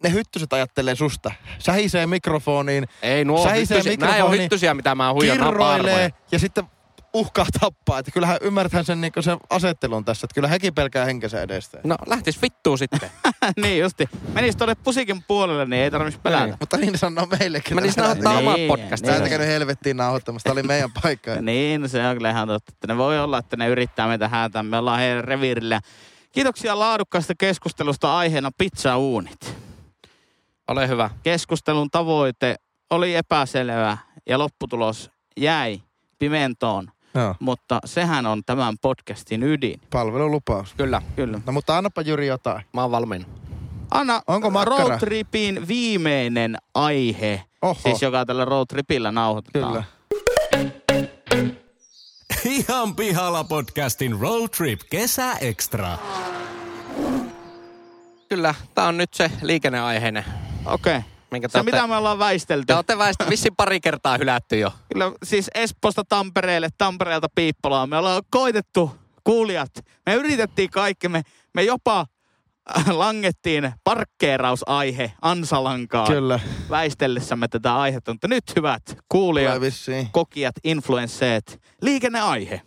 S4: ne hyttyset ajattelee susta? Sähisee mikrofoniin,
S1: Ei nuo on
S4: Sähisee
S1: hyttysi- Nää ei ole
S4: mikrofoni,
S1: hyttysiä, mitä mä huijan
S4: kirroilee
S1: napaarvoja.
S4: ja sitten uhkaa tappaa. Että kyllähän ymmärtän sen, niin sen asettelun tässä, että kyllä hekin pelkää henkensä edestä.
S1: No lähtis vittuun sitten.
S3: niin justi. Menis tuonne pusikin puolelle, niin ei tarvitse pelätä.
S4: Mutta niin sanoo meillekin.
S1: Mä niin nauhoittaa
S3: Niin,
S1: omaa
S3: niin.
S1: podcastia.
S4: Sä et käynyt helvettiin nauhoittamassa. Tämä oli meidän paikka.
S3: Niin, no se on kyllä ihan totta. Että ne voi olla, että ne yrittää meitä häätää. Me ollaan heidän reviirillä. Kiitoksia laadukkaasta keskustelusta aiheena pizzauunit.
S1: Ole hyvä.
S3: Keskustelun tavoite oli epäselvä ja lopputulos jäi pimentoon.
S4: Joo,
S3: Mutta sehän on tämän podcastin ydin.
S4: palvelulupaus.
S1: Kyllä,
S3: Kyllä.
S4: No mutta annapa Jyri jotain.
S1: mä oon valmiina.
S3: Anna
S4: Onko makkara?
S3: roadtripin viimeinen aihe,
S4: Oho.
S3: siis joka tällä roadtripillä nauhoitetaan.
S4: Kyllä.
S7: Ihan pihalla podcastin Road Trip Kesä Extra.
S1: Kyllä, tää on nyt se liikenneaiheinen,
S3: Okei. Okay.
S1: minkä te
S3: Se
S1: ootte,
S3: mitä me ollaan väistelty.
S1: te ootte väistä vissiin pari kertaa hylätty jo.
S3: Kyllä, siis Espoosta Tampereelle, Tampereelta Piippolaan. Me ollaan koitettu kuulijat. Me yritettiin kaikki. Me, me jopa äh, langettiin parkkeerausaihe ansalankaa
S4: Kyllä.
S3: väistellessämme tätä aihetta. Mutta nyt hyvät kuulijat,
S4: Tulee vissiin.
S3: kokijat, influensseet, liikenneaihe.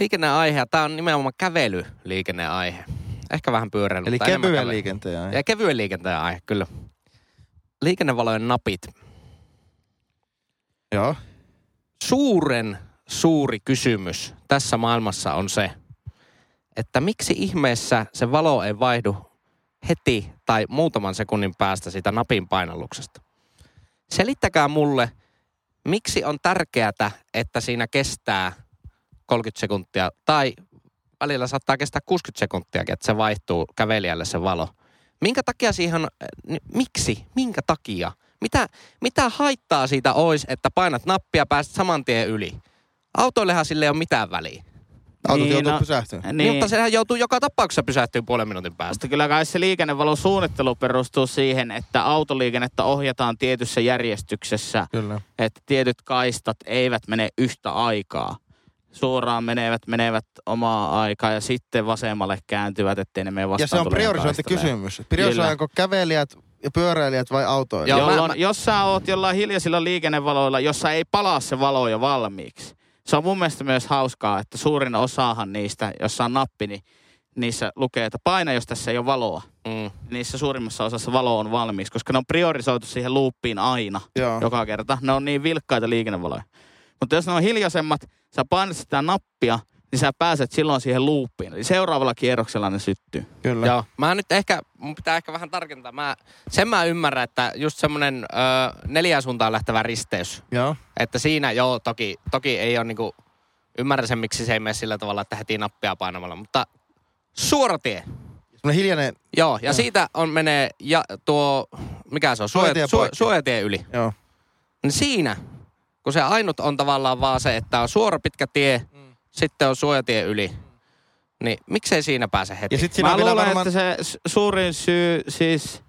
S1: Liikenneaihe, ja tää on nimenomaan kävelyliikenneaihe. Ehkä vähän pyöräily.
S4: Eli
S1: mutta enemmän
S4: kevyen
S1: kävely.
S4: liikenteen aihe.
S1: Ja kevyen liikenteen aihe, kyllä. Liikennevalojen napit.
S4: Joo.
S1: Suuren suuri kysymys tässä maailmassa on se, että miksi ihmeessä se valo ei vaihdu heti tai muutaman sekunnin päästä siitä napin painalluksesta. Selittäkää mulle, miksi on tärkeää, että siinä kestää 30 sekuntia tai välillä saattaa kestää 60 sekuntia, että se vaihtuu kävelijälle se valo. Minkä takia siihen, on- äh, ni- miksi, minkä takia? Mitä, mitä haittaa siitä olisi, että painat nappia ja pääset saman tien yli? Autoillehan sille ei ole mitään väliä.
S4: Autot
S3: Niin,
S4: joutuu
S3: no-
S4: pysähtymään.
S1: Niin. Mutta sehän joutuu joka tapauksessa pysähtyä puolen minuutin päästä.
S3: Mutta kyllä kai se liikennevalosuunnittelu perustuu siihen, että autoliikennettä ohjataan tietyssä järjestyksessä,
S4: Kyllä.
S3: että tietyt kaistat eivät mene yhtä aikaa. Suoraan menevät, menevät omaa aikaa ja sitten vasemmalle kääntyvät, ettei ne mene vastaan
S4: Ja se on priorisointikysymys. Priorisoidaanko kävelijät ja pyöräilijät vai autoilijat?
S1: Joo,
S3: Jolloin,
S1: mä- mä-
S3: Jos sä oot jollain hiljaisilla liikennevaloilla, jossa ei palaa se valo jo valmiiksi. Se on mun mielestä myös hauskaa, että suurin osahan niistä, jossa on nappi, niin niissä lukee, että paina, jos tässä ei ole valoa.
S1: Mm.
S3: niissä suurimmassa osassa valo on valmis, koska ne on priorisoitu siihen luuppiin aina,
S4: Joo.
S3: joka kerta. Ne on niin vilkkaita liikennevaloja. Mutta jos ne on hiljaisemmat, sä painat sitä nappia, niin sä pääset silloin siihen luuppiin. Eli seuraavalla kierroksella ne syttyy.
S4: Kyllä.
S1: Joo. Mä nyt ehkä, mun pitää ehkä vähän tarkentaa. Mä, sen mä ymmärrän, että just semmonen ö, neljään suuntaan lähtevä risteys,
S4: Joo.
S1: Että siinä joo, toki, toki ei ole niinku, ymmärrän sen, miksi se ei mene sillä tavalla, että heti nappia painamalla, mutta suora tie.
S4: Semmoinen hiljainen,
S1: Joo, ja siitä on menee ja tuo, mikä se on, suojatie,
S4: Suojatie
S1: suojatie,
S4: poikki.
S1: suojatie yli.
S4: joo.
S1: Niin siinä, kun se ainut on tavallaan vaan se, että on suora pitkä tie, mm. sitten on suojatie yli, niin miksei siinä pääse heti?
S4: Ja sit siinä
S3: Mä
S4: on vielä
S3: luulen,
S4: varmaan...
S3: että se s- suurin syy siis...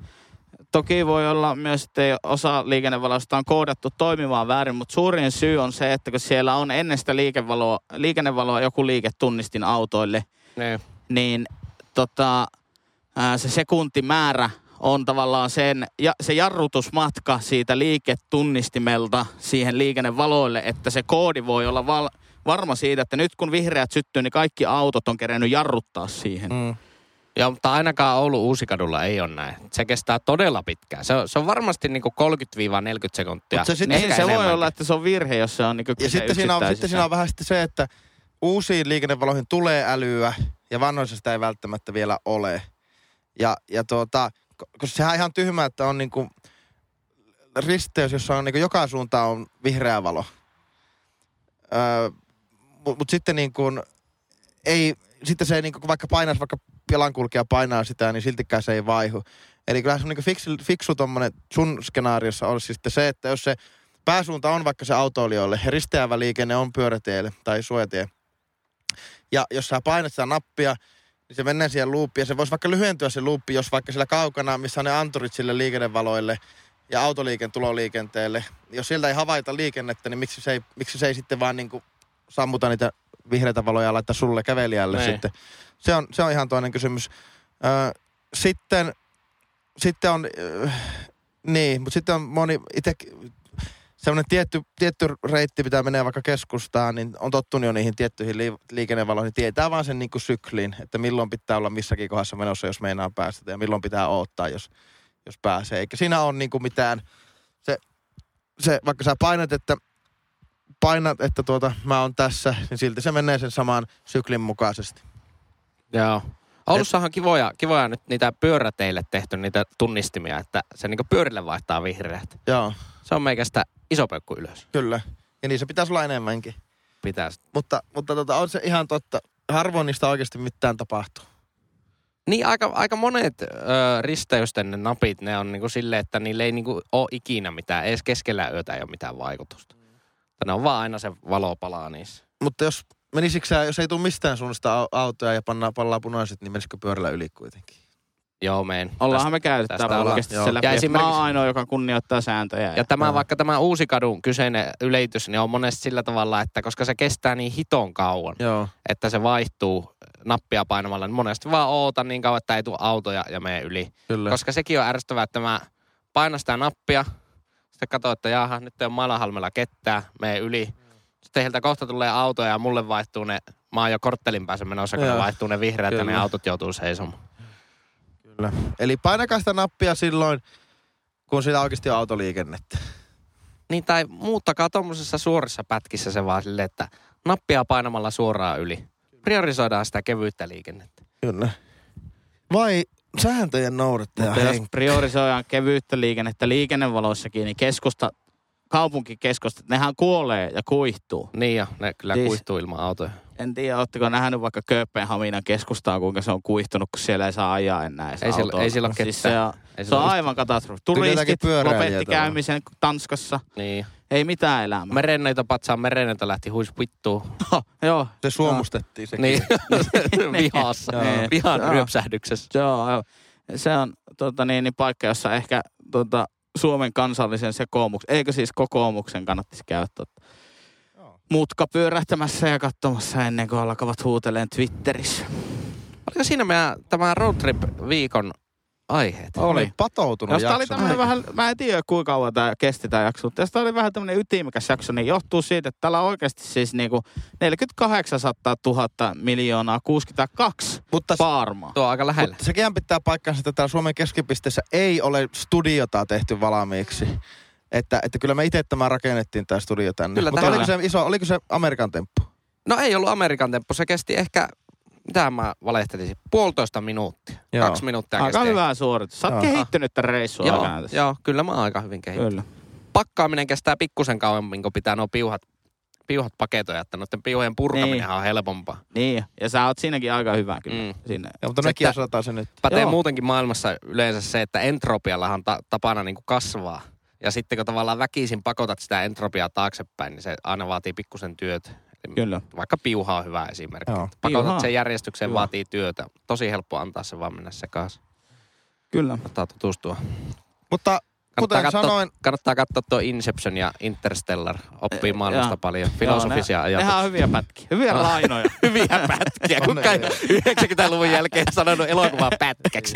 S3: Toki voi olla myös, että ei osa liikennevaloista on koodattu toimimaan väärin, mutta suurin syy on se, että kun siellä on ennen sitä liikevaloa, liikennevaloa joku liiketunnistin autoille,
S1: Niin.
S3: niin tota, ää, se sekuntimäärä on tavallaan sen, ja se jarrutusmatka siitä liiketunnistimelta siihen liikennevaloille, että se koodi voi olla val, varma siitä, että nyt kun vihreät syttyy, niin kaikki autot on kerennyt jarruttaa siihen. Mm.
S4: Mm.
S1: Joo, mutta ainakaan Oulun Uusikadulla ei ole näin. Se kestää todella pitkään. Se on, se on varmasti niinku 30-40 sekuntia.
S4: Mut se sitten-
S3: Niin
S1: Ehkä
S3: se voi
S1: enemmänkin.
S3: olla, että se on virhe, jos se on niin
S4: Ja sitten siinä, on, sitten siinä on vähän sitten se, että uusiin liikennevaloihin tulee älyä ja vanhoissa sitä ei välttämättä vielä ole. Ja, ja tuota, ko- koska sehän on ihan tyhmää, että on niinku risteys, jossa on niinku joka suuntaan on vihreä valo. Öö, mutta mut sitten niin kuin, ei, sitten se ei niin kuin, vaikka painaisi, vaikka jalankulkija painaa sitä, niin siltikään se ei vaihu. Eli kyllähän se on niin fiksu, fiksu tommonen sun skenaariossa olisi sitten se, että jos se pääsuunta on vaikka se autoilijoille, ja risteävä liikenne on pyöräteille tai suojatie. Ja jos sä painat sitä nappia, niin se menee siihen luuppiin. Ja se voisi vaikka lyhentyä se luuppi, jos vaikka siellä kaukana, missä on ne anturit sille liikennevaloille ja autoliiken tuloliikenteelle. Jos sieltä ei havaita liikennettä, niin miksi se ei, miksi se ei sitten vaan niin kuin sammuta niitä vihreitä valoja ja laittaa sulle kävelijälle
S1: Niin.
S4: sitten. Se on, se on ihan toinen kysymys. Ö, sitten, sitten on, ö, niin, mutta sitten on moni itse, semmoinen tietty, tietty reitti, mitä menee vaikka keskustaan, niin on tottunut jo niihin tiettyihin lii- liikennevaloihin. Tietää vaan sen niin kuin sykliin, että milloin pitää olla missäkin kohdassa menossa, jos meinaa päästä, ja milloin pitää odottaa, jos, jos pääsee. Eikä siinä ole niin kuin mitään, se, se, vaikka sä painat, että painat, että tuota, mä oon tässä, niin silti se menee sen samaan syklin mukaisesti.
S1: Joo. Oulussahan on kivoja, kivoja nyt niitä pyöräteille tehty niitä tunnistimia, että se niinku pyörille vaihtaa vihreät.
S4: Joo,
S1: Se on meikästä iso peukku ylös.
S4: kyllä. Ja niin se pitäisi olla enemmänkin.
S1: Pitäisi.
S4: Mutta, mutta tota, on se ihan totta. Harvoin niistä oikeasti mitään tapahtuu.
S1: Niin aika, aika monet ö, risteysten ne napit, ne on niinku silleen, että niillä ei niinku ole ikinä mitään, edes keskellä yötä ei ole mitään vaikutusta. Mutta ne on vaan aina se valopalaa niissä.
S4: Mutta jos menisikö sä, jos ei tule mistään suunnasta au- autoja ja pannaan pallaa punaiset, niin menisikö pyörällä yli kuitenkin?
S1: Joo, meen.
S3: Ollaanhan me käyty
S1: tästä
S3: täällä
S1: ollaan,
S3: oikeasti
S4: joo.
S3: sen läpi.
S1: Ja
S3: että Mä
S1: esimerkiksi-
S3: oon ainoa, joka kunnioittaa sääntöjä.
S1: Ja tämä, vaikka tämä Uusikadun kyseinen ylitys, niin on monesti sillä tavalla, että koska se kestää niin hiton kauan,
S4: Joo.
S1: että se vaihtuu nappia painamalla, niin monesti vaan oota niin kauan, että ei tule autoja ja mene yli.
S4: Kyllä.
S1: Koska sekin on ärsyttävää, että mä painan sitä nappia, sitten katsoin, että jaha, nyt on Maalahalmella kettää, mene yli. Sitten heiltä kohta tulee autoja ja mulle vaihtuu ne, mä oon jo korttelin päässä menossa, kun ne
S4: Joo.
S1: vaihtuu ne vihreät ja ne
S4: Kyllä.
S1: autot joutuu seisomaan.
S4: Kyllä. Eli painakaa sitä nappia silloin, kun sillä oikeasti on autoliikennettä.
S1: Niin tai muuttakaa tuommoisessa suorissa pätkissä se vaan silleen, että nappia painamalla suoraan yli. Priorisoidaan sitä kevyyttä liikennettä.
S4: Kyllä. Vai sääntöjen noudattaja
S3: Mutta jos
S4: Henk-
S3: priorisoidaan kevyyttä liikennettä liikennevaloissakin, niin keskusta, kaupunkikeskustat, nehän kuolee ja kuihtuu.
S1: Niin ja ne kyllä
S3: Siis-
S1: kuihtuu ilman autoja.
S3: En tiedä, oletteko nähnyt vaikka Kööpenhaminan keskustaa, kuinka se on kuihtunut, kun siellä ei saa ajaa enää edes
S1: Ei sillä-
S3: autolla.
S1: ei sillä ole
S3: siis
S1: ketään.
S3: se on,
S1: Ei
S3: se on
S1: sillä-
S3: aivan katastrofi.
S4: Tuli jotakin
S3: Turistit
S4: pyöräilijää
S3: lopetti
S4: tuolla.
S3: käymisen Tanskassa.
S1: Niin.
S3: Ei mitään elämää.
S1: Merenneito patsaan merenneito lähti huis vittuun.
S3: Oh, joo,
S4: Se suomustettiin sekin.
S1: Niin. Vihassa.
S3: Niin.
S1: Vihan
S3: Joo.
S1: ryöpsähdyksessä.
S3: joo, joo. Se on tota, niin, niin paikka, jossa ehkä tota, Suomen kansallisen sekoomuksen, eikö siis kokoomuksen kannattaisi käyttää. Mutka pyörähtämässä ja katsomassa ennen kuin alkavat huuteleen Twitterissä.
S1: Oliko siinä meidän tämä roadtrip-viikon aiheet?
S4: Oli
S3: Niin.
S4: patoutunut
S3: Jos tää oli
S4: jakso.
S3: tämmönen vähän, mä en tiedä kuinka kauan tämä kesti tämä jakso, mutta jos tää oli vähän tämmönen ytimekäs jakso, niin johtuu siitä, että täällä on oikeasti siis niinku 4800 000 miljoonaa 62
S4: Mutta
S3: paarmaa.
S1: Tuo on aika lähellä.
S4: Mutta sekin pitää paikkansa, että täällä Suomen keskipisteessä ei ole studiota tehty valmiiksi. Että, että kyllä me itse tämä rakennettiin tämä studio tänne.
S1: Kyllä
S4: Mutta
S1: tähän-
S4: oliko se, iso, oliko se Amerikan temppu?
S1: No ei ollut Amerikan temppu. Se kesti ehkä, mitä mä valehtelisin, puolitoista minuuttia.
S4: Joo.
S1: Kaksi minuuttia
S3: Aika
S1: kesti.
S3: hyvä suoritus. Sä oot
S4: Joo.
S3: kehittynyt tämän reissun
S1: Joo,
S3: aikana tässä.
S1: joo, kyllä mä oon aika hyvin kehittynyt.
S3: Kyllä.
S1: Pakkaaminen kestää pikkusen kauemmin, kun pitää nuo piuhat, piuhat paketoja, että noiden piuhojen purkaminen on helpompaa.
S3: Niin, ja sä oot siinäkin aika hyvä kyllä.
S1: Mm.
S3: Mm. Siinä.
S4: Ja, mutta
S1: Se,
S4: nekin
S1: että-
S4: osataan se nyt.
S1: Pätee
S3: Joo.
S1: muutenkin maailmassa yleensä se, että entropiallahan ta- tapana niin kuin kasvaa. Ja sitten kun tavallaan väkisin pakotat sitä entropiaa taaksepäin, niin se aina vaatii pikkusen työtä. Eli
S3: Kyllä.
S1: Vaikka piuha on hyvä esimerkki.
S4: Joo.
S1: Pakotat
S3: Piuhaa.
S1: sen järjestykseen,
S3: Kyllä.
S1: vaatii työtä. Tosi helppo antaa se vaan mennä sekaisin.
S3: Kyllä.
S1: Kannattaa tutustua.
S4: Mutta
S1: Kannattaa
S4: kuten
S1: katsoa,
S4: sanoin,
S1: kannattaa katsoa tuo Inception ja Interstellar. Oppii maailmasta
S3: joo.
S1: paljon. Filosofisia
S3: Joo, ne,
S1: ajatuksia.
S3: Nehän on hyviä pätkiä, hyviä
S1: Joo.
S3: lainoja.
S1: hyviä pätkiä. Kuka ei 90-luvun jälkeen sanonut elokuvaa pätkäksi?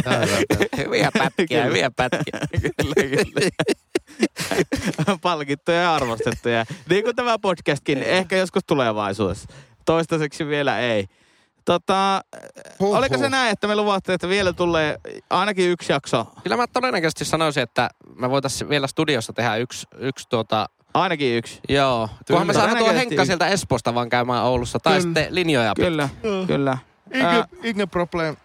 S1: hyviä pätkiä, hyviä pätkiä. Kyllä, kyllä.
S3: Palkittuja ja arvostettuja. niin kuin tämä podcastkin, ehkä joskus tulevaisuudessa. Toistaiseksi vielä ei. Tota,
S4: Huh,
S3: oliko se
S4: huh.
S3: näin, että me luvattiin, että vielä tulee ainakin yksi jakso?
S1: kyllä mä todennäköisesti sanoisin, että me voitaisiin vielä studiossa tehdä yksi, yksi tuota...
S3: Ainakin yksi.
S1: Joo. Kunhan me saadaan tuo
S3: Todennäköisesti
S1: Henkka
S3: yksi.
S1: sieltä Espoosta vaan käymään Oulussa. Tai
S3: Kyllä.
S1: sitten linjoja. pitkin.
S3: Kyllä, kyllä. Ää,
S4: Igne, Igne Problem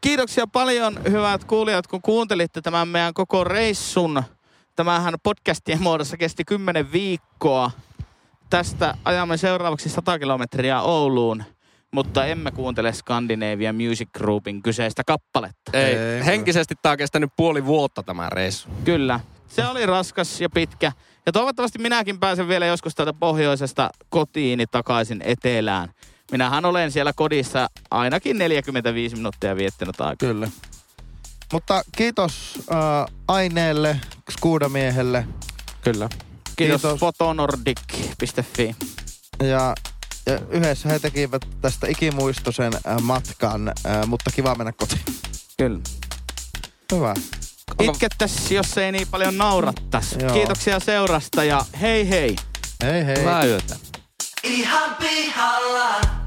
S3: kiitoksia paljon hyvät kuulijat, kun kuuntelitte tämän meidän koko reissun. Tämähän podcastien muodossa kesti 10 viikkoa. Tästä ajamme seuraavaksi 100 kilometriä Ouluun, mutta emme kuuntele Scandinavia Music Groupin kyseistä kappaletta. Eh,
S1: Ei.
S4: Ei.
S1: Henkisesti tää on kestänyt puoli vuotta tämä reissu.
S3: Kyllä, se oli raskas ja pitkä. Ja toivottavasti minäkin pääsen vielä joskus täältä pohjoisesta kotiini takaisin etelään. Minähän olen siellä kodissa ainakin 45 minuuttia viettänyt aikaa.
S4: Kyllä. Mutta kiitos äh, aineelle, skuudamiehelle
S3: Kyllä. Kiitos,
S4: Kiitos.
S3: Kiitos. fotonordic.fi.
S4: ja, ja yhdessä he tekivät tästä ikimuistoisen äh, matkan, äh, mutta kiva mennä kotiin.
S3: Kyllä.
S4: Hyvä.
S3: Itkettäs, jos ei niin paljon naurattas.
S4: Joo.
S3: Kiitoksia seurasta ja hei hei.
S4: Hei hei.
S1: Hyvää yötä.
S2: ihan pihalla.